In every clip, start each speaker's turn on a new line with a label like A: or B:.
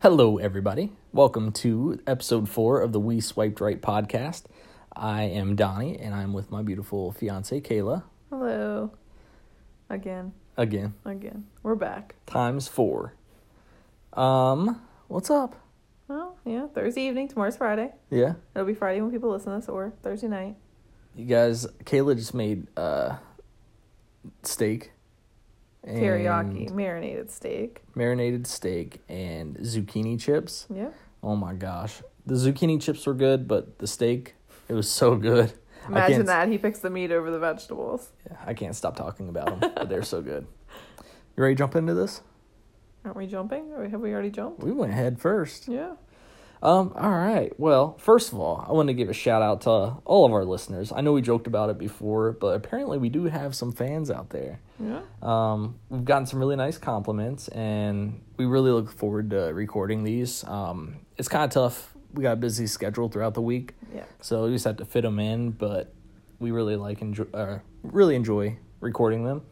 A: Hello, everybody. Welcome to episode four of the We Swiped Right podcast. I am Donnie, and I'm with my beautiful fiance Kayla
B: Hello. Again,
A: again.
B: again. We're back.
A: Times four. Um, what's up?
B: Well, yeah, Thursday evening. Tomorrow's Friday.
A: Yeah,
B: It'll be Friday when people listen to this, or Thursday night.
A: you guys. Kayla just made uh steak, and
B: Teriyaki, marinated steak.
A: marinated steak, and zucchini chips.
B: Yeah.
A: Oh my gosh, the zucchini chips were good, but the steak, it was so good. I
B: Imagine
A: can't-
B: that. He picks the meat over the vegetables.
A: Yeah, I can't stop talking about them, but they're so good. You ready to jump into this?
B: Aren't we jumping? Or have we already jumped?
A: We went head first.
B: Yeah.
A: Um, all right. Well, first of all, I want to give a shout out to all of our listeners. I know we joked about it before, but apparently we do have some fans out there.
B: Yeah.
A: Um, we've gotten some really nice compliments, and we really look forward to recording these. Um, it's kind of tough. We got a busy schedule throughout the week,
B: Yeah.
A: so we just have to fit them in. But we really like enjoy, uh, really enjoy recording them.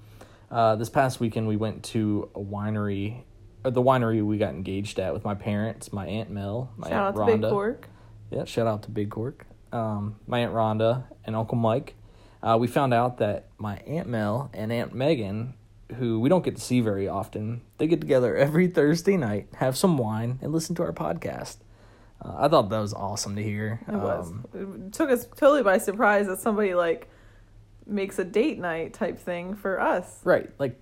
A: Uh, this past weekend, we went to a winery, or the winery we got engaged at with my parents, my aunt Mel, my
B: Shout out
A: aunt
B: to
A: Rhonda.
B: Big Pork.
A: Yeah, shout out to Big Cork. Um, my aunt Rhonda and Uncle Mike. Uh, we found out that my aunt Mel and Aunt Megan, who we don't get to see very often, they get together every Thursday night, have some wine, and listen to our podcast. Uh, I thought that was awesome to hear.
B: It was.
A: Um,
B: It took us totally by surprise that somebody like makes a date night type thing for us.
A: right, like,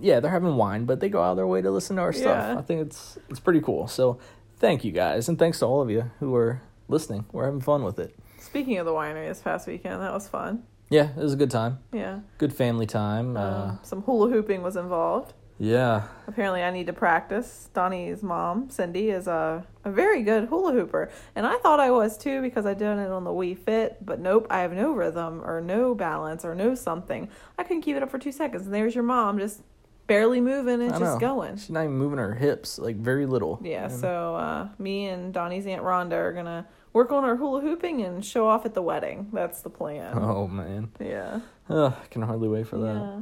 A: yeah, they're having wine, but they go out of their way to listen to our stuff.
B: Yeah.
A: I think it's it's pretty cool. So, thank you guys, and thanks to all of you who are listening. We're having fun with it.
B: Speaking of the winery this past weekend, that was fun.
A: Yeah, it was a good time,
B: Yeah.
A: good family time. Uh,
B: Um, some hula hooping was involved.
A: yeah.
B: Apparently, I need to practice. Donnie's mom, Cindy, is a, a very good hula hooper. And I thought I was too because I done it on the Wii Fit, but nope, I have no rhythm or no balance or no something. I couldn't keep it up for two seconds. And there's your mom just barely moving and
A: I
B: just
A: know.
B: going.
A: She's not even moving her hips, like very little.
B: Yeah, so uh, me and Donnie's Aunt Rhonda are going to work on our hula hooping and show off at the wedding. That's the plan.
A: Oh man,
B: Yeah.
A: Ugh, I can hardly wait for that.
B: Yeah.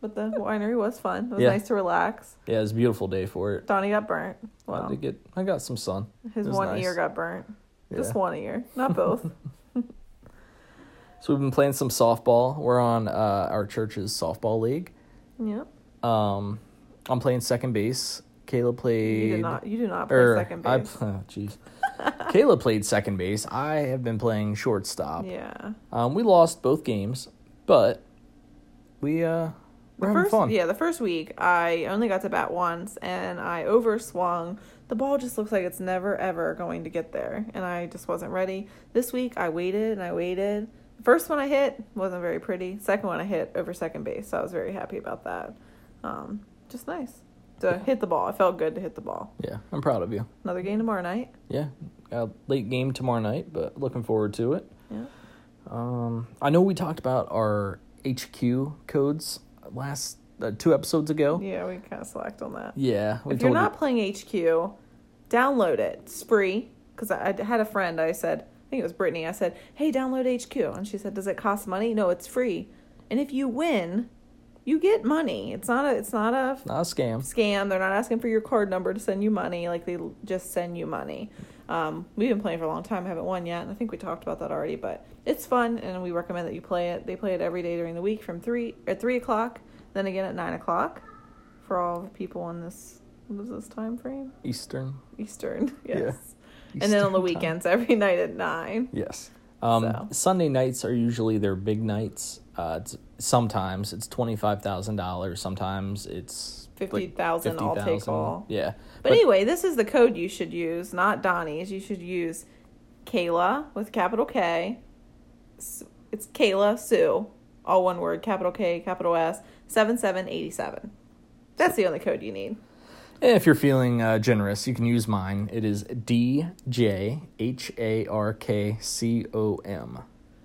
B: But the winery was fun. It was
A: Yeah.
B: nice to relax.
A: Yeah, it's a beautiful day for it.
B: Donnie got burnt. Well,
A: I did get, I got some sun.
B: His
A: It was
B: one
A: nice.
B: ear got burnt.
A: Yeah.
B: Just one ear, not both.
A: So we've been playing some softball. We're on uh, our church's softball league.
B: yep.
A: Um, I'm playing second base. Kayla played.
B: You do not. You do not play
A: er,
B: second
A: I
B: base.
A: pl- oh, Jeez. Kayla played second base. I have been playing shortstop.
B: yeah.
A: Um, we lost both games, but we uh, we're having
B: First,
A: fun.
B: yeah, the first week I only got to bat once, and I overswung. The ball just looks like it's never ever going to get there, and I just wasn't ready. This week I waited and I waited. The first one I hit wasn't very pretty. Second one I hit over second base, so I was very happy about that. Um, just nice to hit the ball. It felt good to hit the ball.
A: yeah, I'm proud of you.
B: Another game tomorrow night.
A: Yeah, got a late game tomorrow night, but looking forward to it.
B: Yeah.
A: Um, I know we talked about our HQ codes last uh, two episodes ago. Yeah,
B: Yeah, we kind of slacked on that.
A: we
B: if you're
A: told
B: not
A: you.
B: playing HQ, download it. It's free. Because I, I had a friend, I said, I think it was Brittany, I said, hey, download HQ. And she said, does it cost money? No, it's free. And if you win, you get money. It's not a, it's not a
A: not a scam.
B: scam. They're not asking for your card number to send you money. Like they l- just send you money. Um, we've been playing for a long time. haven't won yet, and I think we talked about that already. But it's fun, and we recommend that you play it. They play it every day during the week from three at three o'clock, then again at nine o'clock, for all the people in this what is this time frame
A: Eastern.
B: Eastern, yes.
A: Yeah.
B: And then on the
A: Eastern time.
B: weekends, every night at nine.
A: Yes. Um,
B: So.
A: Sunday nights are usually their big nights. Uh, it's, sometimes it's twenty five thousand dollars. Sometimes it's like,
B: Fifty thousand, I'll take
A: 50,000.
B: all.
A: Yeah,
B: But anyway, this is the code you should use, not Donnie's. You should use Kayla with capital K. S- It's Kayla Sue, all one word, capital K, capital S, 7787. That's the only code you need.
A: And if you're feeling uh, generous, you can use mine. It is D J H A R K C O M.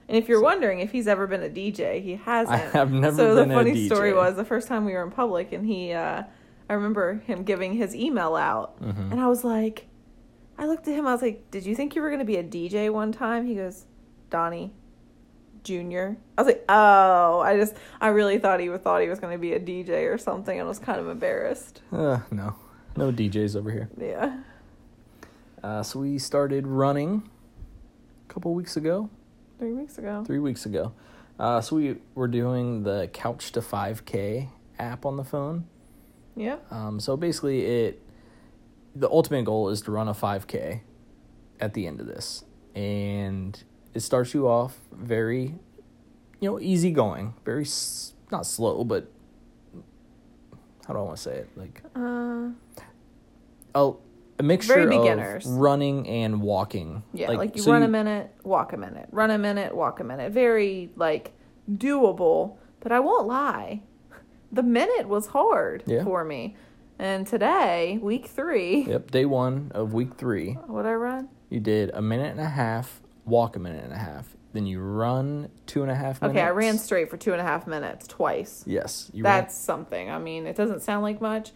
B: And if you're wondering if he's ever been a DJ, he hasn't.
A: I have never
B: So
A: been
B: the
A: a
B: funny
A: DJ.
B: story was the first time we were in public, and he, uh, I remember him giving his email out,
A: Mm-hmm.
B: and I was like, I looked at him, I was like, Did you think you were going to be a DJ one time? He goes, Donnie. Junior, I was like, oh, I just, I really thought he was thought he was going to be a DJ or something, and was kind of embarrassed.
A: Uh, no, No DJs over here.
B: Yeah.
A: Uh, so we started running a couple weeks ago,
B: Three weeks ago.
A: three weeks ago. Uh, so we were doing the Couch to 5K app on the phone.
B: Yeah.
A: Um, so basically, it the ultimate goal is to run a 5K at the end of this, and it starts you off very, you know, easy going, very s- not slow, but how do I want to say it? Like
B: Uh,
A: a, a mixture
B: beginners.
A: of running and walking.
B: yeah. Like, you
A: so
B: run a minute, walk a minute, run a minute, walk a minute. Very like doable. But I won't lie, the minute was hard
A: Yeah.
B: for me. And today, week three,
A: Yep, day one of week three.
B: what I run?
A: You did a minute and a half, walk a minute and a half, then you run two and a half minutes.
B: Okay, I ran straight for two and a half minutes twice.
A: Yes, you ran
B: that's something. I mean, it doesn't sound like much,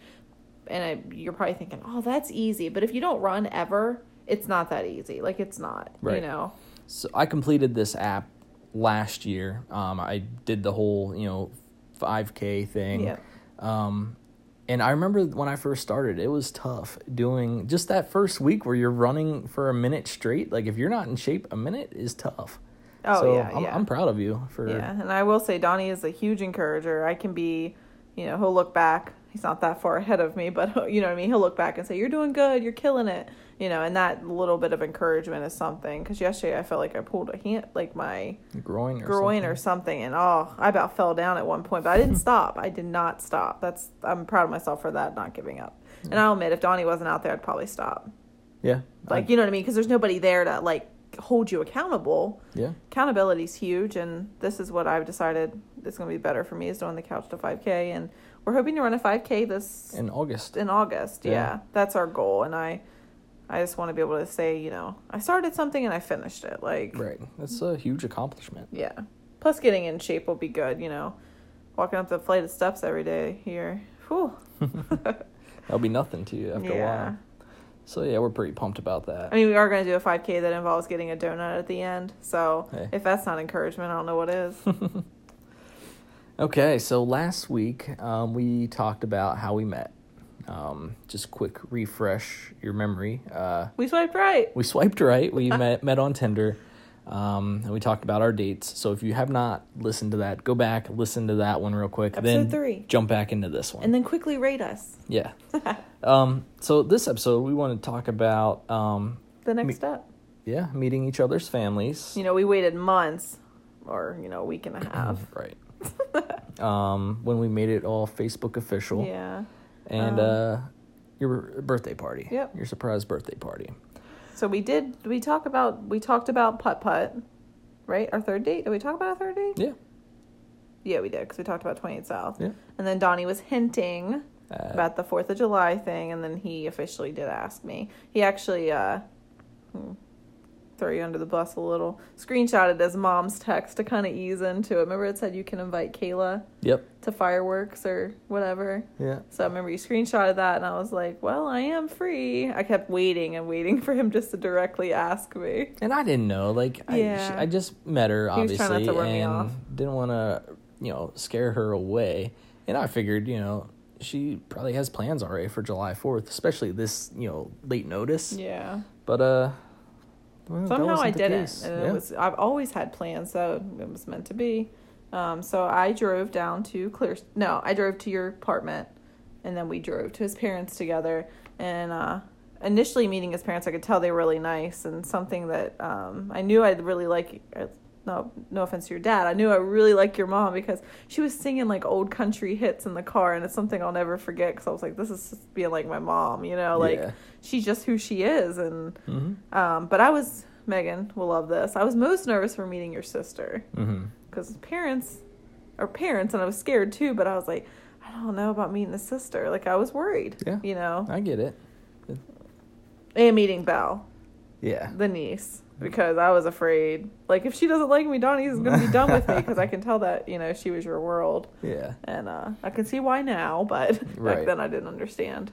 B: and I, you're probably thinking, "Oh, that's easy." But if you don't run ever, it's not that easy. Like it's not.
A: Right.
B: You know.
A: So I completed this app last year. Um, I did the whole you know, five k thing.
B: Yeah.
A: Um, and I remember when I first started, it was tough doing just that first week where you're running for a minute straight. Like if you're not in shape, a minute is tough.
B: Oh,
A: so
B: yeah,
A: I'm,
B: yeah.
A: I'm proud of you for
B: Yeah, and I will say Donnie is a huge encourager. I can be, you know, he'll look back. He's not that far ahead of me, but you know what I mean. He'll look back and say, "You're doing good. You're killing it." You know, and that little bit of encouragement is something. Because yesterday I felt like I pulled a hand, like my
A: groin or
B: groin
A: something.
B: or something and oh i about fell down at one point but i didn't stop i did not stop that's i'm proud of myself for that not giving up and i'll admit if donnie wasn't out there i'd probably stop
A: yeah
B: like you know what i mean because there's nobody there to like hold you accountable
A: yeah
B: accountability's huge and this is what i've decided is going to be better for me is doing the couch to 5k and we're hoping to run a 5k this
A: in August.
B: in august yeah.
A: Yeah.
B: that's our goal and i i just want to be able to say you know i started something and i finished it like
A: Right, that's a huge accomplishment.
B: yeah. Plus, getting in shape will be good, you know. Walking up the flight of steps every day here. Whew.
A: That'll be nothing to you after a
B: yeah.
A: while. So yeah, we're pretty pumped about that.
B: I mean, we are going to do a 5K that involves getting a donut at the end. So,
A: Hey.
B: if that's not encouragement, I don't know what is.
A: Okay, so last week um, we talked about how we met. Um, just quick refresh your memory. Uh,
B: we swiped right.
A: we swiped right. We met met on Tinder, um, and we talked about our dates. So if you have not listened to that, go back listen to that one real quick. then
B: Episode three.
A: jump back into this one.
B: And then quickly rate us.
A: yeah. um, so this episode we want to talk about um,
B: The next step.
A: yeah meeting each other's families.
B: You know, we waited months or, you know, a week and
A: Mm-hmm.
B: a half.
A: Right. um, when we made it all Facebook official.
B: yeah.
A: and
B: Um,
A: uh, your birthday party.
B: Yep.
A: Your surprise birthday party.
B: So, we did, we talk about, we talked about putt putt, right? Our third date. Did we talk about our third date?
A: Yeah.
B: Yeah, we did because we talked about 28 South.
A: Yeah.
B: And then Donnie was hinting
A: Uh,
B: about the 4th of July thing, and then he officially did ask me. He actually, uh, hmm, throw you under the bus a little, screenshotted his mom's text to kind of ease into it. Remember, it said you can invite Kayla
A: Uh, Yep.
B: to fireworks or whatever.
A: Yeah.
B: So I remember you screenshotted that, and I was like, well, I am free. I kept waiting and waiting for him just to directly ask me.
A: And I didn't know. Like, I, she,
B: Yeah.
A: I just met her,
B: He was
A: obviously,
B: trying not to run me
A: and
B: off.
A: didn't want to, you know, scare her away. And I figured, you know, she probably has plans already for July 4th, especially this, you know, late notice.
B: Yeah.
A: But, uh, well, that
B: Somehow I
A: wasn't the
B: didn't.
A: case.
B: And
A: Yeah.
B: it was I've always had plans, so it was meant to be. Um, so I drove down to Clear. No, I drove to your apartment, and then we drove to his parents together. And uh, initially meeting his parents, I could tell they were really nice and something that um, I knew I'd really like. uh, No, no offense to your dad. I knew I really liked your mom because she was singing like old country hits in the car, and it's something I'll never forget. Because I was like, this is just being like my mom, you know, like
A: Yeah.
B: she's just who she is, and
A: Mhm.
B: um, but I was Megan will love this. I was most nervous for meeting your sister
A: Mhm.
B: because parents are parents, and I was scared too. But I was like, I don't know about meeting the sister. Like I was worried,
A: Yeah.
B: you know,
A: I get it.
B: and meeting Belle,
A: Yeah.
B: the niece, because I was afraid. Like if she doesn't like me, Donnie's gonna be done with me because I can tell that you know she was your world,
A: Yeah.
B: and uh, I can see why now. But
A: Right.
B: back then I didn't understand.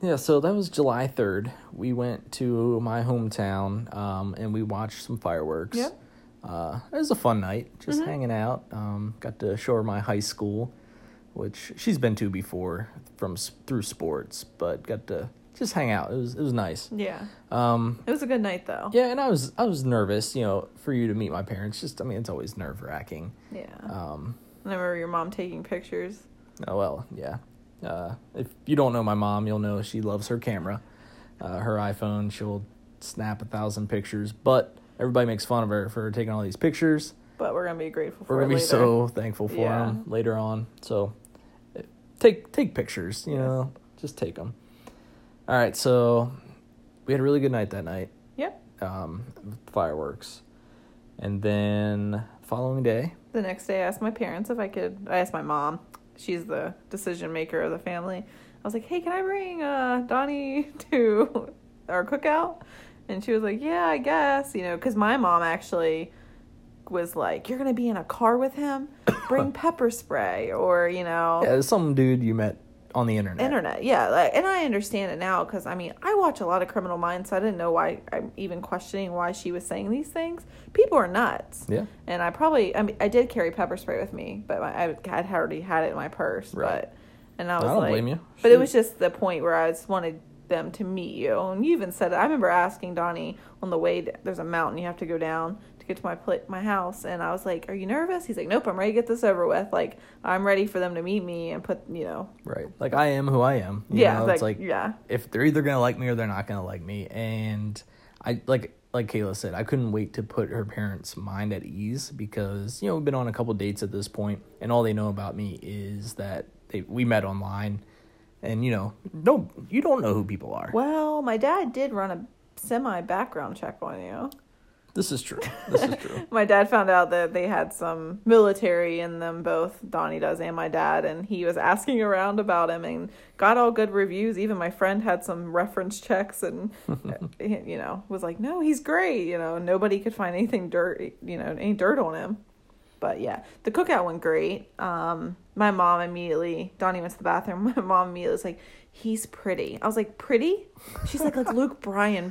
A: Yeah, so that was July 3rd. We went to my hometown um, and we watched some fireworks.
B: Yep.
A: Uh, it was a fun night, just hanging out. Um, got to show her my high school, which she's been to before from s- through sports, but got to just hang out. It was it was nice.
B: Yeah.
A: Um,
B: It was a good night though.
A: yeah, and I was I was nervous, you know, for you to meet my parents. Just I mean, it's always nerve wracking.
B: Yeah.
A: Um,
B: I remember your mom taking pictures.
A: oh well, yeah. Uh, if you don't know my mom, you'll know she loves her camera, uh, her iPhone. She'll snap a thousand pictures, but everybody makes fun of her for taking all these pictures.
B: But we're gonna be grateful for
A: We're
B: it
A: gonna be
B: later.
A: so thankful for
B: Yeah.
A: them later on. So, eh, take take pictures, you
B: Yes.
A: know, just take them. All right, so we had a really good night that night.
B: Yep.
A: um, fireworks. And then following day,
B: The next day I asked my parents if I could I asked my mom. She's the decision maker of the family. I was like, Hey, can I bring uh Donnie to our cookout? And she was like, Yeah, I guess, you know, because my mom actually was like, You're gonna be in a car with him? Bring pepper spray or, you know,
A: yeah, there's some dude you met on the internet.
B: internet yeah like, and i understand it now because i mean i watch a lot of criminal minds so i didn't know why i'm even questioning why she was saying these things people are nuts
A: Yeah.
B: and i probably i mean i did carry pepper spray with me but my, i had already had it in my purse
A: Right.
B: but and i
A: I
B: was
A: don't
B: like
A: blame you.
B: but it
A: Shoot.
B: was just the point where i just wanted them to meet you and you even said it i remember asking donnie on the way to, there's a mountain you have to go down to get to my pla- my house and i was like are you nervous he's like nope i'm ready to get this over with like i'm ready for them to meet me and put you know
A: Right. Like, I am who I am. you
B: yeah
A: know?
B: like,
A: it's like,
B: yeah
A: if they're either going to like me or they're not going to like me. And I, like, like Kayla said, I couldn't wait to put her parents' mind at ease because, you know, we've been on a couple dates at this point, and all they know about me is that they, we met online. And, you know, don't, you don't know who people are.
B: well my dad did run a semi background check on you
A: This is true. This is true.
B: my dad found out that they had some military in them both donnie does and my dad and he was asking around about him and got all good reviews even my friend had some reference checks and uh, you know was like no he's great you know nobody could find anything dirt you know any dirt on him but yeah the cookout went great um my mom immediately donnie went to the bathroom my mom immediately was like he's pretty i was like pretty she's like like luke bryan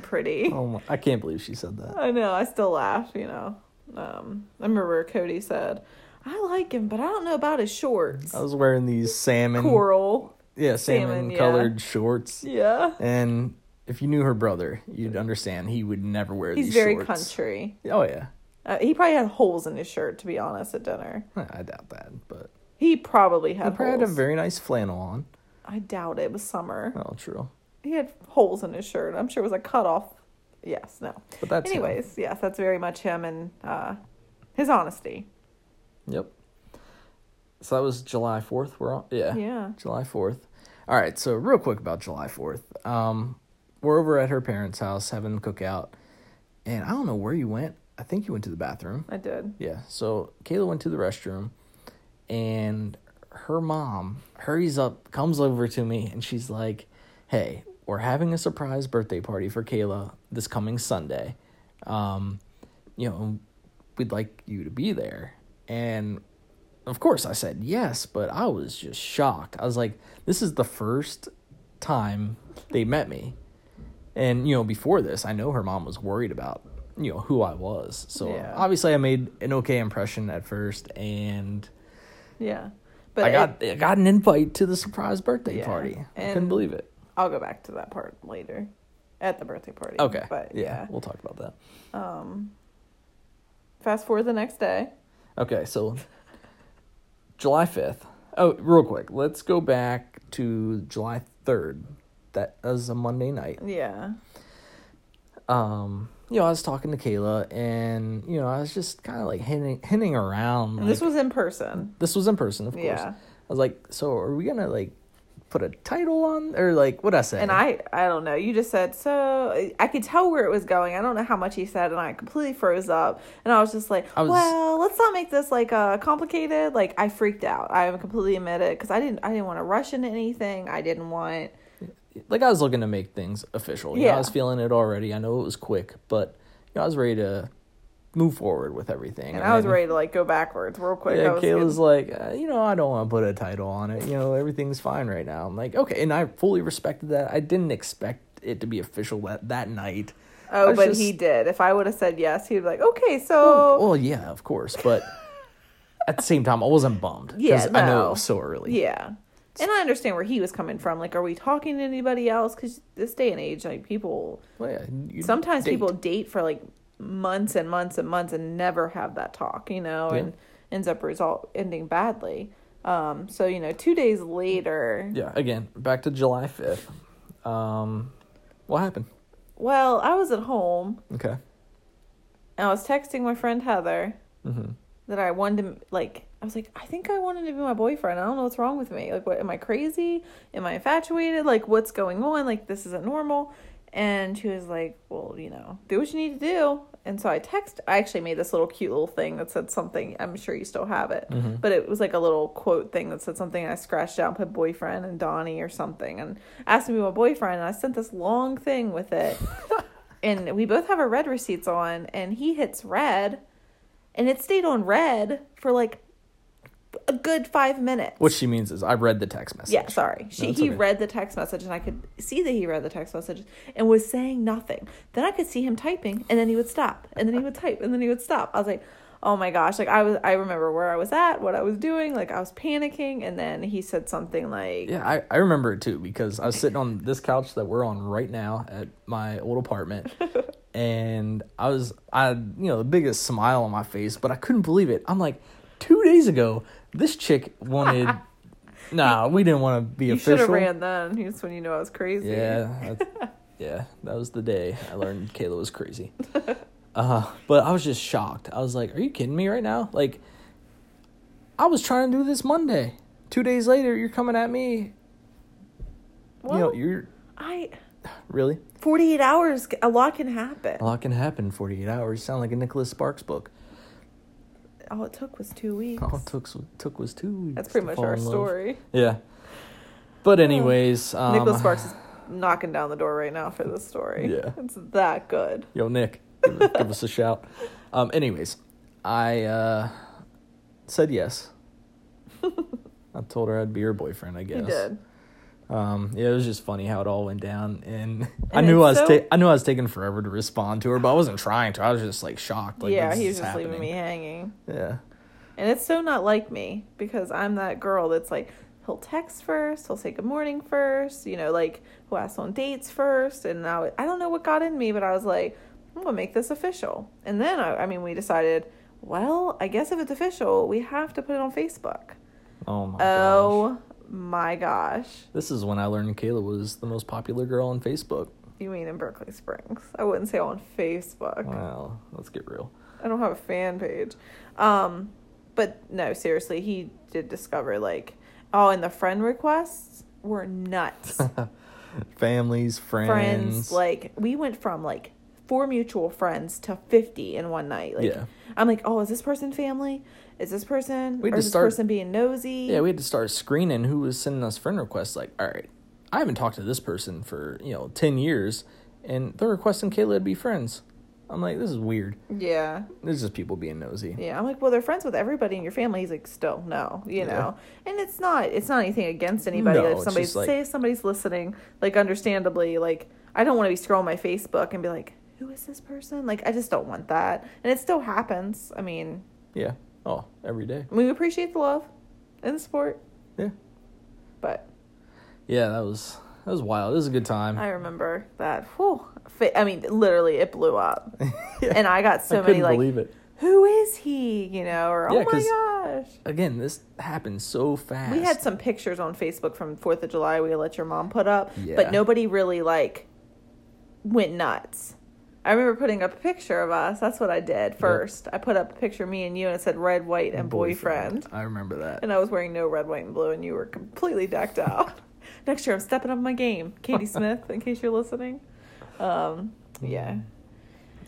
B: pretty
A: Oh my, I can't believe she said that.
B: I know. I still laugh. You know. Um, I remember Cody said, "I like him, but I don't know about his shorts,
A: I was wearing these salmon
B: coral."
A: Yeah,
B: Salmon,
A: salmon colored shorts.
B: Yeah,
A: And if you knew her brother, you'd understand he would never wear
B: he's
A: these
B: very
A: shorts.
B: country.
A: Oh yeah.
B: Uh, he probably had holes in his shirt, to be honest. At dinner,
A: Well, I doubt that, but
B: he probably had
A: he probably had a
B: holes.
A: very nice flannel on.
B: I doubt it. it was summer.
A: Oh, true.
B: He had holes in his shirt. I'm sure it was a cutoff. Yes, no.
A: But that's him.
B: Anyways, yes, that's very much him and uh, his honesty.
A: Yep. So that was July 4th. We're on yeah.
B: Yeah.
A: July 4th. All right, so real quick about July 4th. Um we're over at her parents' house having a cookout. And I don't know where you went. I think you went to the bathroom.
B: I did.
A: Yeah. So Kayla went to the restroom and her mom hurries up, comes over to me, and she's like, Hey, we're having a surprise birthday party for Kayla this coming Sunday. Um, you know, we'd like you to be there. And of course I said yes, but I was just shocked. I was like, This is the first time they met me. And, you know, before this, I know her mom was worried about, you know, who I was. So
B: Yeah.
A: obviously I made an okay impression at first and
B: Yeah. But
A: I
B: it-
A: got I got an invite to the surprise birthday
B: Yeah,
A: party. I
B: and-
A: couldn't believe it.
B: I'll go back to that part later at the birthday party.
A: Okay.
B: But
A: yeah,
B: yeah.
A: We'll talk about that.
B: Um fast forward the next day.
A: Okay, so July 5th. Oh, real quick. Let's go back to July 3rd. That was a Monday night.
B: Yeah.
A: Um, you know, I was talking to Kayla and, you know, I was just kind of like hinting, hinting around.
B: And this
A: like-
B: was in person.
A: this was in person, of course.
B: Yeah.
A: I was like, so are we gonna like put a title on or like what I say?
B: And I I don't know. You just said so I could tell where it was going. I don't know how much he said and I completely froze up. And I was just like,
A: I was-
B: "Well, let's not make this like uh complicated." Like I freaked out. I completely admit it cuz I didn't I didn't want to rush into anything. I didn't want
A: like I was looking to make things official. You know,
B: Yeah.
A: I was feeling it already. I know it was quick, but you know, I was ready to move forward with everything.
B: and I was ready to like go backwards real quick. I
A: Yeah,
B: was
A: Kayla's like, uh, you know, I don't want to put a title on it. You know, everything's fine right now. I'm like, okay, and I fully respected that. I didn't expect it to be official that that night. I
B: Oh,
A: was
B: but
A: just- Oh,
B: he did. If I would have said yes, he'd be like, okay, so
A: Well, yeah, of course, but at the same time, I wasn't bummed
B: Yeah,
A: because I know
B: no.
A: it was so early.
B: Yeah. And I understand where he was coming from. Like, are we talking to anybody else? Because this day and age, like, people
A: Well, yeah, you
B: sometimes
A: date.
B: people date for like months and months and months and never have that talk, you know,
A: Yeah.
B: and ends up result ending badly. Um, so you know, two days later,
A: Yeah, again, back to July fifth. Um, what happened?
B: well, I was at home
A: Okay.
B: and I was texting my friend Heather
A: Mm-hmm.
B: that I wanted to like. I was like, I think I wanted to be my boyfriend. I don't know what's wrong with me. Like, what am I crazy? Am I infatuated? Like, what's going on? Like, this isn't normal. And she was like, Well, you know, do what you need to do. And so I text. I actually made this little cute little thing that said something. I'm sure you still have it.
A: Mhm.
B: but it was like a little quote thing that said something and I scratched out and put boyfriend and Donnie or something and asked me my boyfriend and I sent this long thing with it and we both have our red receipts on and he hits red and it stayed on red for like a good five minutes.
A: What she means is I read the text message.
B: Yeah, sorry. She
A: it's
B: he
A: okay.
B: read the text message and I could see that he read the text message and was saying nothing. Then I could see him typing and then he would stop and then he would type and then he would stop. I was like, "Oh my gosh, like I was I remember where I was at, what I was doing, like I was panicking and then he said something like
A: Yeah, I, I remember it too because I was sitting on this couch that we're on right now at my old apartment, and I was I had, you know the biggest smile on my face, but I couldn't believe it. I'm like, two days ago, this chick wanted. nah, we didn't want to be
B: You should
A: official.
B: have ran then. That's when you know I was crazy.
A: Yeah, that- yeah, that was the day I learned Kayla was crazy. Uh, but I was just shocked. I was like, "Are you kidding me right now?" Like, I was trying to do this Monday. Two days later, you're coming at me.
B: Well,
A: you know, you're
B: I
A: really
B: 48 hours a lot can happen.
A: a lot can happen in 48 hours. Sound like a Nicholas Sparks book.
B: All it took was 2 weeks.
A: All it took took was two.
B: That's
A: weeks
B: pretty
A: to
B: much
A: fall
B: our
A: in love.
B: story.
A: Yeah. But anyways, um,
B: Nicholas Sparks is knocking down the door right now for this story.
A: Yeah.
B: It's that good.
A: Yo, Nick, give, give us a shout. Um, anyways, I uh, said yes. I told her I'd be her boyfriend. I guess.
B: He did.
A: Um, yeah, it was just funny how it all went down, and, I
B: And
A: knew
B: it's
A: I was
B: so-
A: ta- I knew I was taking forever to respond to her, but I wasn't trying to. I was just like shocked. Like,
B: yeah,
A: this
B: he was
A: is
B: just leaving me
A: happening.
B: hanging.
A: Yeah.
B: And it's so not like me because I'm that girl that's like, he'll text first, he'll say good morning first, you know, like, who asks on dates first. And now I don't know what got in me, but I was like, I'm going to make this official. And then, I, I mean, we decided, well, I guess if it's official, we have to put it on Facebook.
A: Oh my.
B: oh
A: Gosh.
B: my gosh.
A: This is when I learned Kayla was the most popular girl on Facebook.
B: You mean in Berkeley Springs? I wouldn't say on Facebook.
A: Wow. Let's get real.
B: I don't have a fan page. Um, but no, seriously, he did discover like, oh, and the friend requests were nuts.
A: Families, friends.
B: friends, like we went from like four mutual friends to fifty in one night. Like,
A: Yeah.
B: I'm like, oh, is this person family? Is this person?
A: We had
B: or
A: to
B: is this
A: start-
B: person being nosy?
A: Yeah, we had to start screening who was sending us friend requests. Like, all right, I haven't talked to this person for you know ten years, and they're requesting Kayla to be friends. I'm like, this is weird.
B: yeah.
A: This is just people being nosy.
B: Yeah, I'm like, well, they're friends with everybody in your family. He's like, still no, you
A: Yeah.
B: know. And it's not, it's not anything against anybody.
A: No,
B: like,
A: it's
B: if somebody
A: just like-
B: say if somebody's listening, like, understandably, like, I don't want to be scrolling my Facebook and be like, who is this person? Like, I just don't want that. And it still happens. I mean,
A: Yeah. Oh, every day.
B: we appreciate the love and the support,
A: Yeah.
B: but
A: Yeah, that was that was wild. It was a good time.
B: I remember that. Whew, fa- I mean, literally, it blew up,
A: Yeah.
B: and I got
A: I
B: so many
A: couldn't
B: like,
A: believe it.
B: who is he? You know, or
A: Yeah,
B: oh my gosh.
A: Again, this happened so fast.
B: We had some pictures on Facebook from Fourth of July we let your mom put up,
A: Yeah.
B: but nobody really like went nuts. I remember putting up a picture of us. That's what I did first. I put up a picture of me and you, and it said red, white, and boyfriend.
A: I remember that.
B: And I was wearing no red, white, and blue, and you were completely decked out. Next year, I'm stepping up my game, Katie Smith. In case you're listening, um, yeah,
A: Mm-hmm.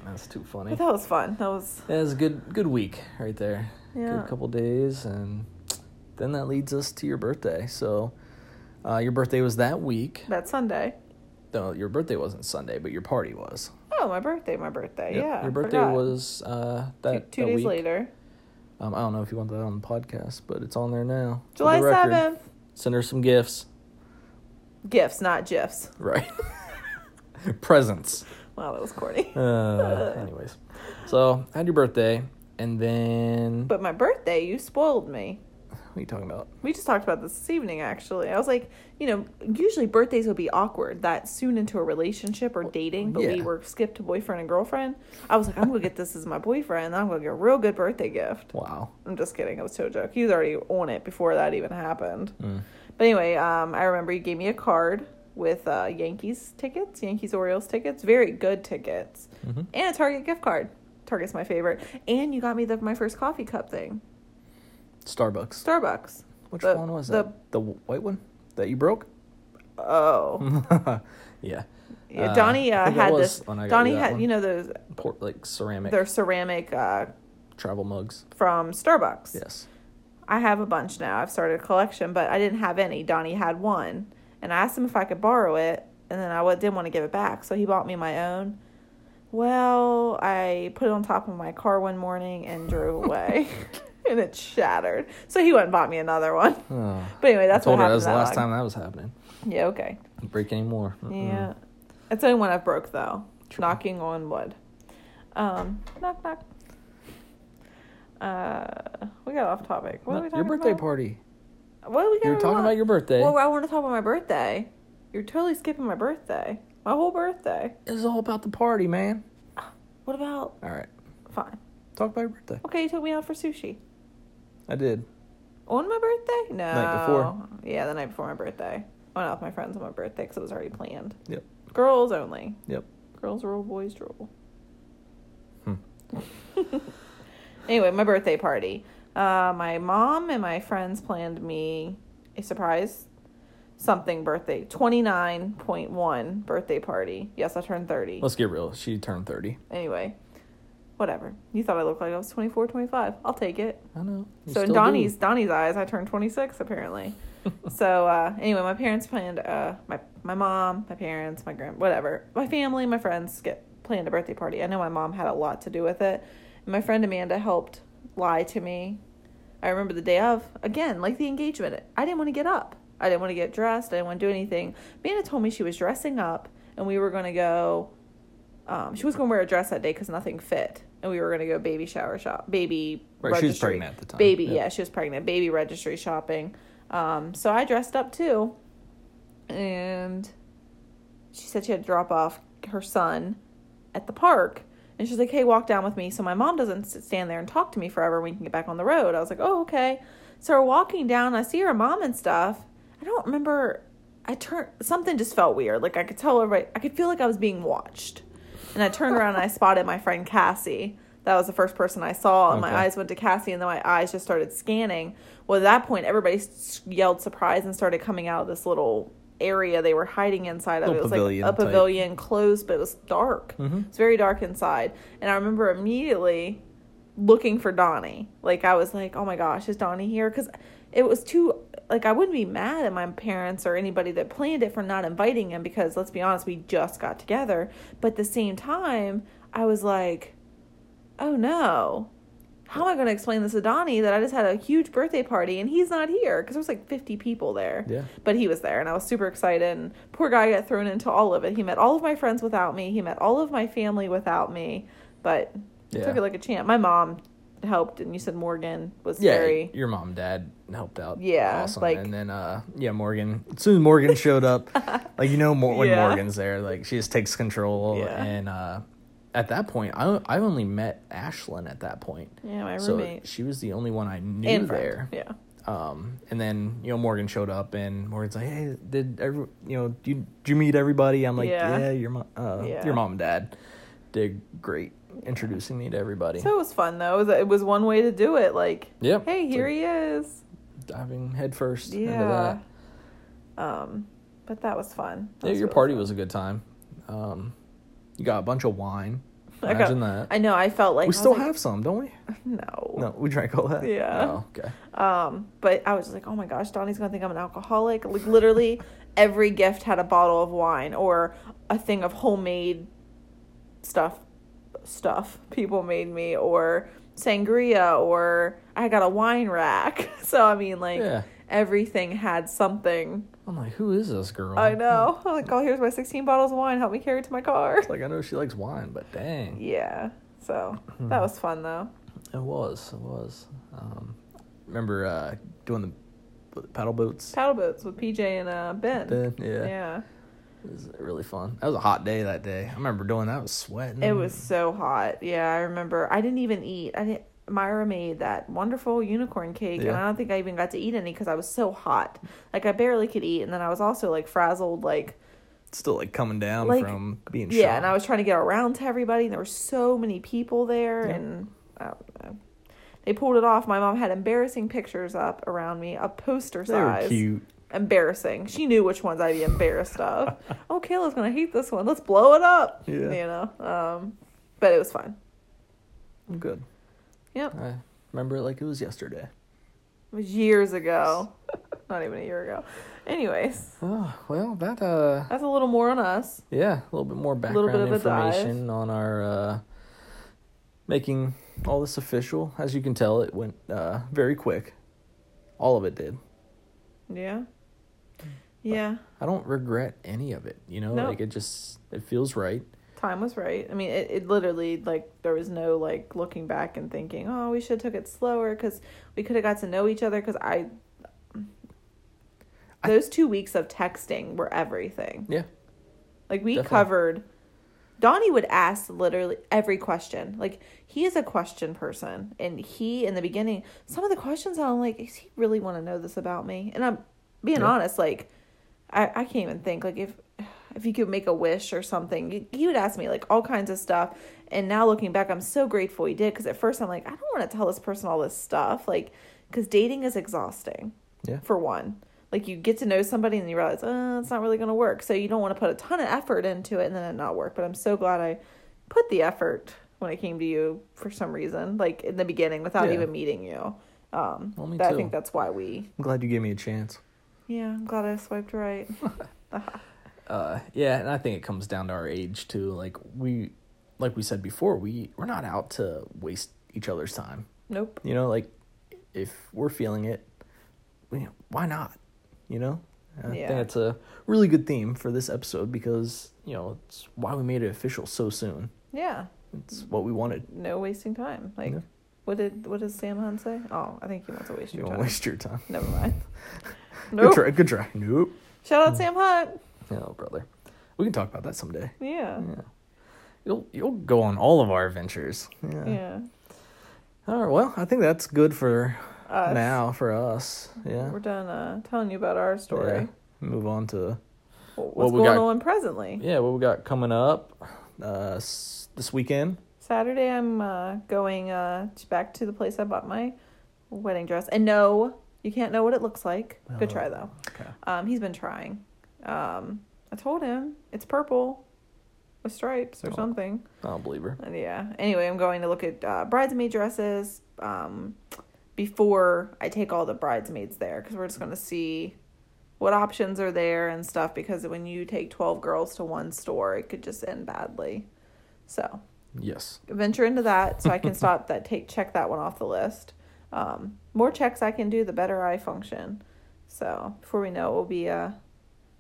A: That's too funny.
B: but that was fun. That was
A: That was a good good week right there.
B: Yeah.
A: Good couple days and then that leads us to your birthday. So uh, your birthday was that week.
B: that Sunday.
A: No, your birthday wasn't Sunday, but your party was.
B: Oh, my birthday! My birthday!
A: Yep.
B: Yeah, I
A: Your birthday
B: forgot.
A: was uh
B: two,
A: that
B: two
A: that
B: days
A: week.
B: later,
A: Um I don't know if you want that on the podcast, but it's on there now. for
B: July
A: the record.
B: seventh.
A: Send her some gifts.
B: Gifts, not gifs.
A: Right. Presents.
B: Wow, that was corny.
A: Uh, anyways. So had your birthday. And then
B: But my birthday, you spoiled me.
A: what are you talking about?
B: We just talked about this this evening, actually. I was like, you know, usually birthdays would be awkward that soon into a relationship or dating, but we
A: yeah.
B: were skipped to boyfriend and girlfriend. I was like, I'm gonna get this as my boyfriend. I'm gonna get a real good birthday gift.
A: Wow.
B: I'm just kidding. It was so a joke. He was already on it before that even happened.
A: Mm.
B: But anyway, um, I remember you gave me a card with uh, Yankees tickets, Yankees Orioles tickets, very good tickets,
A: Mhm.
B: and a Target gift card. Target's my favorite. And you got me the my first coffee cup thing,
A: Starbucks.
B: Starbucks.
A: Which
B: The-
A: one was
B: the-
A: that? The white one that you broke?
B: Oh,
A: yeah.
B: yeah,
A: Uh,
B: Donnie
A: I
B: uh,
A: think it
B: had
A: was
B: this.
A: when I got
B: Donnie
A: that
B: had
A: one.
B: you know those
A: Port like ceramic
B: their ceramic uh,
A: travel mugs.
B: from Starbucks.
A: Yes.
B: I have a bunch now. I've started a collection, but I didn't have any. Donnie had one, and I asked him if I could borrow it, and then I wa- didn't want to give it back, so he bought me my own. Well, I put it on top of my car one morning and drove away, and it shattered. So he went and bought me another one.
A: Oh.
B: But anyway,
A: I
B: that's
A: told her
B: what
A: that
B: happened
A: was the
B: that
A: last
B: long.
A: time that was happening.
B: Yeah. Okay.
A: Don't break anymore.
B: Yeah. That's the only one I've broke though. Knocking on wood. Um, knock knock. Uh, we got off topic. What are we talking
A: your birthday
B: about?
A: party.
B: What are we
A: You were
B: gonna
A: talking
B: talk-
A: about your birthday.
B: Well, I want to talk about my birthday. You're totally skipping my birthday. My whole birthday.
A: This is all about the party, man.
B: What about?
A: All right.
B: Fine.
A: Talk about your birthday.
B: Okay, you took me out for sushi
A: I did.
B: on my birthday. No.
A: Night before.
B: Yeah, the night before my birthday. I went out with my friends on my birthday because it was already planned.
A: Yep.
B: Girls only.
A: Yep.
B: Girls rule. Boys rule.
A: Hmm.
B: anyway, my birthday party. Uh, my mom and my friends planned me a surprise something birthday 29.1 birthday party. Yes, I turned 30.
A: Let's get real. She turned 30.
B: Anyway, whatever. You thought I looked like I was 24, 25. I'll take it.
A: I know. You
B: so in
A: still
B: Donnie's
A: do.
B: Donnie's eyes, I turned 26 apparently. so uh, anyway, my parents planned uh, my my mom, my parents, my grand, whatever, my family, my friends get planned a birthday party. I know my mom had a lot to do with it. And my friend Amanda helped lie to me. I remember the day of again, like the engagement. I didn't want to get up. I didn't want to get dressed. I didn't want to do anything. Amanda told me she was dressing up, and we were going to go um, she was gonna wear a dress that day because nothing fit, and we were gonna go baby shower shop, baby.
A: Right, she was pregnant at the time.
B: Baby,
A: Yeah.
B: yeah, she was pregnant. Baby registry shopping. Um, so I dressed up too, and she said she had to drop off her son at the park. And she's like, hey, walk down with me so my mom doesn't sit, stand there and talk to me forever. We can get back on the road. I was like, oh, okay. So we're walking down. I see her mom and stuff. I don't remember. I turned, something just felt weird. Like I could tell everybody, I could feel like I was being watched. And I turned around and I spotted my friend Cassie. That was the first person I saw. And my
A: Okay.
B: eyes went to Cassie and then my eyes just started scanning. Well, at that point, everybody s- yelled surprise and started coming out of this little area they were hiding inside of.
A: Little
B: it was
A: pavilion
B: like a
A: type. Mm-hmm.
B: pavilion pavilion closed, but it was dark. It's very dark inside. And I remember immediately looking for Donnie. Like I was like, oh my gosh, is Donnie here? Because it was too like I wouldn't be mad at my parents or anybody that planned it for not inviting him because let's be honest, we just got together. But at the same time, I was like, oh no. How am I going to explain this to Donnie that I just had a huge birthday party and he's not here? Because there was like 50 people there
A: Yeah.
B: but he was there and I was super excited and poor guy got thrown into all of it. He met all of my friends without me. He met all of my family without me, but he
A: Yeah.
B: took it like a champ. My mom helped and you said Morgan was
A: Yeah,
B: very
A: your mom and dad helped out.
B: Yeah,
A: awesome.
B: like-
A: and then uh, yeah, Morgan. As soon as Morgan showed up, like you know, Mor- when
B: Yeah.
A: Morgan's there, like she just takes control.
B: Yeah.
A: And uh, at that point, I I only met Ashlyn at that point.
B: Yeah, my
A: so
B: roommate.
A: she was the only one I knew
B: and friend.
A: there.
B: Yeah.
A: Um, and then you know Morgan showed up, and Morgan's like, "Hey, did every you know did you, did you meet everybody?" I'm like,
B: Yeah.
A: "Yeah, your mom, uh,
B: Yeah.
A: your mom and dad did great introducing me to everybody."
B: So it was fun though. It was, it was one way to do it. Like,
A: Yeah.
B: hey, here he is.
A: diving headfirst into
B: Yeah.
A: that.
B: Um, but that was fun. That
A: Yeah,
B: was
A: your
B: really
A: party
B: fun.
A: was a good time. Um, you got a bunch of wine.
B: I got-
A: Imagine that.
B: I know. I felt like I
A: we
B: was
A: still
B: like,
A: have some, don't we?
B: no.
A: No, we drank all that.
B: Yeah.
A: Oh, okay.
B: Um, but I was just like, oh my gosh, Donnie's gonna think I'm an alcoholic. Like literally, every gift had a bottle of wine or a thing of homemade stuff, stuff people made me or sangria or I got a wine rack. So I mean, like
A: Yeah.
B: everything had something.
A: I'm like, who is this girl?
B: I know. I'm like, oh, here's my 16 bottles of wine. Help me carry it to my car.
A: Like, I know she likes wine, but dang. Hmm.
B: Yeah. So that was fun though.
A: It was. It was. Um, remember uh, doing the paddle boats?
B: Paddle boats with PJ and uh, Ben.
A: Ben, yeah.
B: Yeah.
A: It was really fun. That was a hot day that day. I remember doing that. I was sweating.
B: It was so hot. Yeah, I remember. I didn't even eat. I didn't. Myra made that wonderful unicorn cake, and
A: Yeah.
B: I don't think I even got to eat any because I was so hot. Like I barely could eat, and then I was also like frazzled, like
A: still like coming down
B: Like,
A: from being
B: yeah.
A: shot.
B: And I was trying to get around to everybody, and there were so many people there,
A: Yeah.
B: and I don't know. They pulled it off. My mom had embarrassing pictures up around me, a poster
A: they were
B: size.
A: cute.
B: Embarrassing. She knew which ones I'd be embarrassed of. Oh, Kayla's gonna hate this one. Let's blow it up.
A: Yeah.
B: You know. Um, but it was fun.
A: I'm good.
B: Yep.
A: I remember it like it was yesterday.
B: It was years ago. Not even a year ago. Anyways,
A: Oh well, that uh,
B: that's a little more on us.
A: yeah, a little bit more
B: Little
A: background
B: bit of a dive.
A: information on our uh, making all this official. As you can tell, it went uh, very quick. All of it did.
B: Yeah. Yeah.
A: I don't regret any of it. You know,
B: No.
A: like it just it feels right.
B: Time was right. I mean, it, it literally, like, there was no, like, looking back and thinking, oh, we should have took it slower because we could have got to know each other because I.
A: I-
B: Those two weeks of texting were everything.
A: Yeah.
B: Like we
A: Definitely.
B: covered Donnie would ask literally every question. Like he is a question person and he in the beginning some of the questions I'm like, does he really want to know this about me? And I'm being
A: Yeah.
B: honest, like I, I can't even think. Like if if you could make a wish or something, you- he would ask me like all kinds of stuff. And now looking back, I'm so grateful he did because at first I'm like, I don't want to tell this person all this stuff, like because dating is exhausting.
A: Yeah.
B: For one, like you get to know somebody and you realize, uh, it's not really going to work. So you don't want to put a ton of effort into it and then it not work. But I'm so glad I put the effort when it came to you for some reason, like in the beginning without
A: Yeah.
B: even meeting you. Um,
A: Well, me
B: that- I
A: too.
B: think that's why we.
A: I'm glad you gave me a chance.
B: Yeah, I'm glad I swiped right.
A: Uh, yeah, and I think it comes down to our age too. Like we, like we said before, we we're not out to waste each other's time.
B: nope.
A: You know, like if we're feeling it, we, why not? You know, I
B: Yeah.
A: think that's a really good theme for this episode because you know it's why we made it official so soon.
B: Yeah.
A: It's what we wanted.
B: no wasting time. Like,
A: Yeah.
B: what did what does Sam Hunt say? Oh, I think he wants to waste
A: You
B: your
A: don't
B: time.
A: waste your time.
B: Never mind.
A: Good
B: nope.
A: try. Good try. Nope.
B: Shout out Sam Hunt.
A: Oh, brother. We can talk about that someday.
B: Yeah.
A: Yeah. You'll you'll go on all of our adventures. Yeah.
B: Yeah.
A: All right. Well, I think that's good for
B: Us.
A: now for us. Yeah.
B: We're done uh, telling you about our story.
A: Yeah. Move on to
B: Wh- What's
A: we
B: going
A: got-
B: on presently?
A: yeah what we got coming up uh s- this weekend.
B: Saturday, I'm uh, going uh, t- back to the place I bought my wedding dress. And no, you can't know what it looks like. Good
A: Oh,
B: try though.
A: Okay.
B: Um, he's been trying. Um, I told him it's purple with stripes or
A: Oh.
B: something.
A: I don't believe her.
B: And yeah. Anyway, I'm going to look at uh, bridesmaid dresses um, before I take all the bridesmaids there because we're just going to see what options are there and stuff. Because when you take 12 girls to one store, it could just end badly. So
A: Yes.
B: venture into that so I can stop that take check that one off the list. Um, more checks I can do, the better I function. So before we know, it, we'll be uh,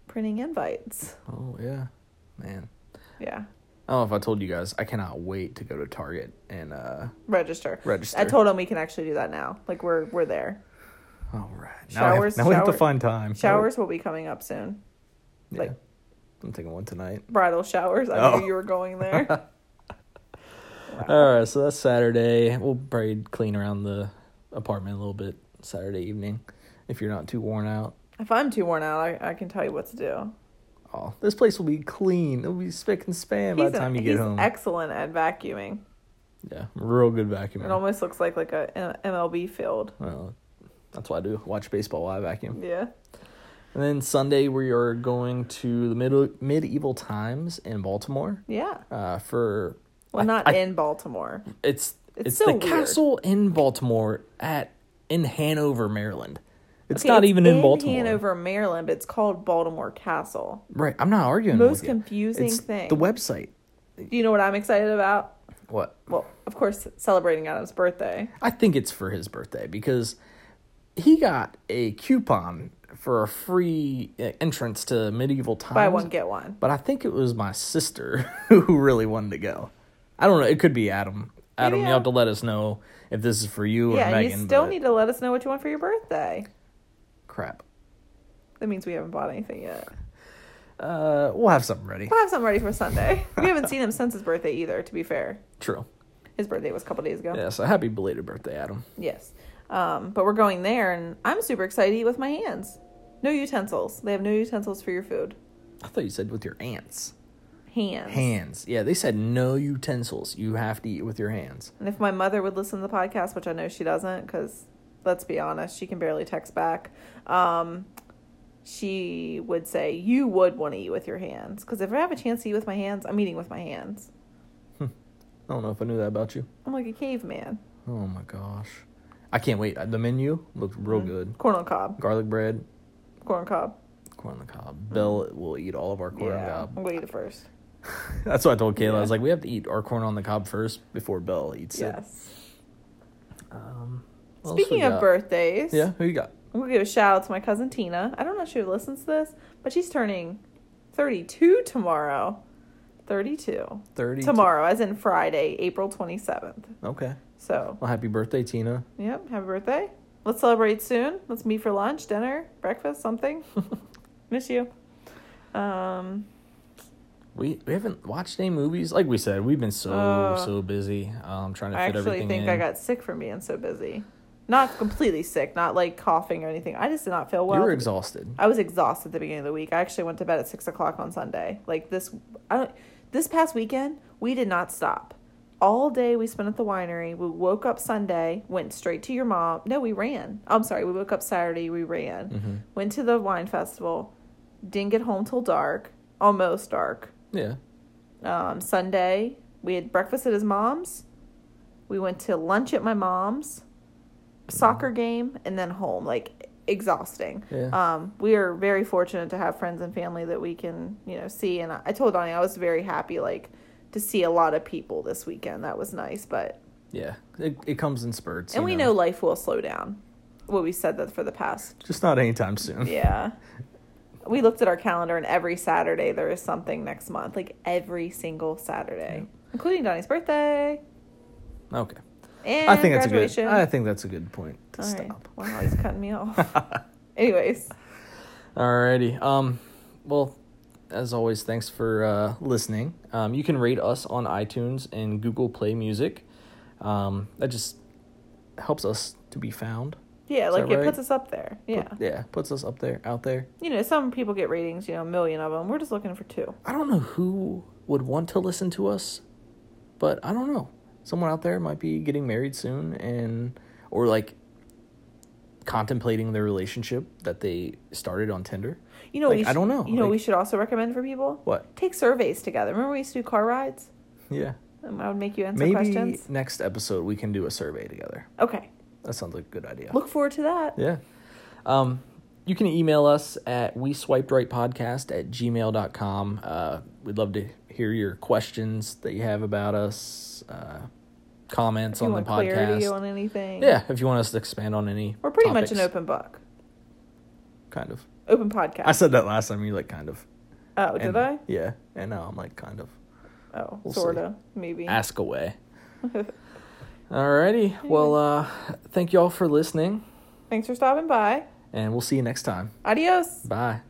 B: printing invites.
A: Oh yeah, man.
B: Yeah,
A: I don't know if I told you guys. I cannot wait to go to Target and uh
B: register.
A: register.
B: I told him we can actually do that now. Like we're we're there.
A: All right. Now, we have,
B: Showers-
A: now we have to
B: shower-
A: find time.
B: Showers will be coming up soon.
A: Yeah.
B: like-
A: I'm taking one tonight.
B: Bridal showers. I
A: Oh.
B: knew you were going there.
A: All right, so that's Saturday. We'll probably clean around the apartment a little bit Saturday evening if you're not too worn out.
B: if I'm too worn out, I, I can tell you what to do.
A: Oh, this place will be clean. It'll be spick and span by
B: He's,
A: the time
B: an-
A: you get
B: he's
A: home.
B: excellent at vacuuming.
A: yeah, I'm a real good
B: It
A: vacuum.
B: almost looks like like a M- MLB field.
A: Well, that's what I do. Watch baseball while I vacuum.
B: Yeah.
A: And then Sunday we are going to the middle medieval times in Baltimore.
B: Yeah.
A: Uh, for
B: Well,
A: I-
B: not
A: I-
B: in Baltimore.
A: it's
B: It's
A: it's,
B: so
A: the
B: weird.
A: castle in Baltimore at in Hanover, Maryland. It's
B: Okay,
A: not even in, Baltimore.
B: Hanover, Maryland, but it's called Baltimore Castle.
A: Right. I'm not arguing.
B: Most
A: with you.
B: confusing
A: It's
B: thing.
A: The website.
B: do you know what I'm excited about?
A: What?
B: Well, of course, celebrating Adam's birthday.
A: I think it's for his birthday because he got a coupon for a free uh, entrance to medieval times.
B: Buy one, get one.
A: But I think it was my sister who really wanted to go. I don't know. It could be Adam. Adam,
B: Maybe
A: you'll have
B: I-
A: to let us know if this is for you or
B: yeah,
A: Megan.
B: you still
A: but-
B: need to let us know what you want for your birthday.
A: crap.
B: That means we haven't bought anything yet.
A: Uh, we'll have something ready.
B: We'll have something ready for Sunday. we haven't seen him since his birthday either. To be fair,
A: True.
B: his birthday was a couple days ago.
A: Yeah. So happy belated birthday, Adam.
B: Yes, um, but we're going there, and I'm super excited to eat with my hands. No utensils. They have no utensils for your food.
A: I thought you said with your aunts.
B: Hands.
A: Hands. Yeah, they said no utensils. You have to eat with your hands.
B: And if my mother would listen to the podcast, which I know she doesn't, because let's be honest, she can barely text back, um, she would say, You would want to eat with your hands. Because if I have a chance to eat with my hands, I'm eating with my hands.
A: Hmm. I don't know if I knew that about you.
B: I'm like a caveman.
A: Oh my gosh. I can't wait. The menu looked real good.
B: Mm-hmm. Corn on the cob.
A: Garlic bread,
B: Corn on the cob.
A: corn on the cob. Bill will eat all of our corn on the
B: yeah.
A: cob.
B: I'm going to eat it first.
A: That's what I told Kayla. I was
B: Yeah.
A: like, we have to eat our corn on the cob first before Belle eats it.
B: Yes.
A: Um, what else we
B: Speaking of
A: got?
B: birthdays,
A: yeah, who you got?
B: I'm going to give a shout out to my cousin Tina. I don't know if she listens to this, but she's turning 32 tomorrow. 32.
A: Thirty
B: Tomorrow, as in Friday, April 27th.
A: Okay.
B: So,
A: Well, happy birthday, Tina.
B: yep, happy birthday. Let's celebrate soon. Let's meet for lunch, dinner, breakfast, something. Miss you. Um,
A: We we haven't watched any movies. Like we said, we've been so
B: Uh,
A: so busy. Um, trying to
B: I
A: fit
B: actually
A: everything
B: think
A: in.
B: I got sick from being so busy. Not completely sick, not like coughing or anything. I just did not feel well.
A: you were exhausted.
B: I was exhausted at the beginning of the week. I actually went to bed at six o'clock on Sunday. Like this, I don't. This past weekend, we did not stop. All day we spent at the winery. We woke up Sunday, went straight to your mom. No, we ran. I'm sorry, we woke up Saturday, we ran.
A: Mm. Mm-hmm.
B: Went to the wine festival. Didn't get home till dark, almost dark.
A: Yeah.
B: Um, Sunday we had breakfast at his mom's. We went to lunch at my mom's, soccer game, and then home. Like exhausting.
A: Yeah.
B: Um, we are very fortunate to have friends and family that we can, you know, see. And I, I told Donnie I was very happy, like, to see a lot of people this weekend. That was nice, but
A: Yeah. It it comes in spurts.
B: and
A: you
B: we know. life will slow down. Well, we said that for the past.
A: Just not anytime soon.
B: Yeah. We looked at our calendar, and every Saturday there is something next month, like every single Saturday, including Donnie's birthday
A: Okay.
B: and
A: I think that's a good.
B: graduation.
A: I think that's a good point to
B: All right.
A: stop.
B: Wow, he's cutting me off. Anyways,
A: Alrighty. Um, well, as always, thanks for uh, listening. Um, you can rate us on iTunes and Google Play Music. Um, that just helps us to be found.
B: yeah,
A: Is
B: like
A: that
B: it puts
A: right?
B: us up there. Yeah.
A: Put- yeah, puts us up there, out there.
B: you know, some people get ratings, you know, a million of them. We're just looking for two.
A: I don't know who would want to listen to us, but I don't know. Someone out there might be getting married soon and or like contemplating their relationship that they started on Tinder.
B: You know,
A: Like,
B: we
A: I don't know,
B: You know,
A: like-
B: we should also recommend for people
A: What?
B: take surveys together. Remember, we used to do car rides.
A: Yeah.
B: Um, I would make you answer
A: Maybe
B: questions.
A: next episode we can do a survey together.
B: Okay,
A: That sounds like a good idea.
B: look forward to that.
A: Yeah. Um, you can email us at we swiped right podcast at gmail.com. Uh, we'd love to hear your questions that you have about us, uh, comments
B: If you
A: on the
B: want clarity
A: podcast.
B: on anything,
A: yeah, if you want us to expand on any.
B: we're pretty much an
A: topics.
B: open book,
A: Kind of.
B: open podcast.
A: I said that last time. You like kind of.
B: oh, did
A: And-
B: I?
A: Yeah. And now I'm like kind of.
B: Oh,
A: We'll see.
B: sorta, maybe.
A: Ask away. Alrighty. Well, uh, thank you all for listening,
B: Thanks for stopping by.
A: and we'll see you next time.
B: Adios.
A: Bye.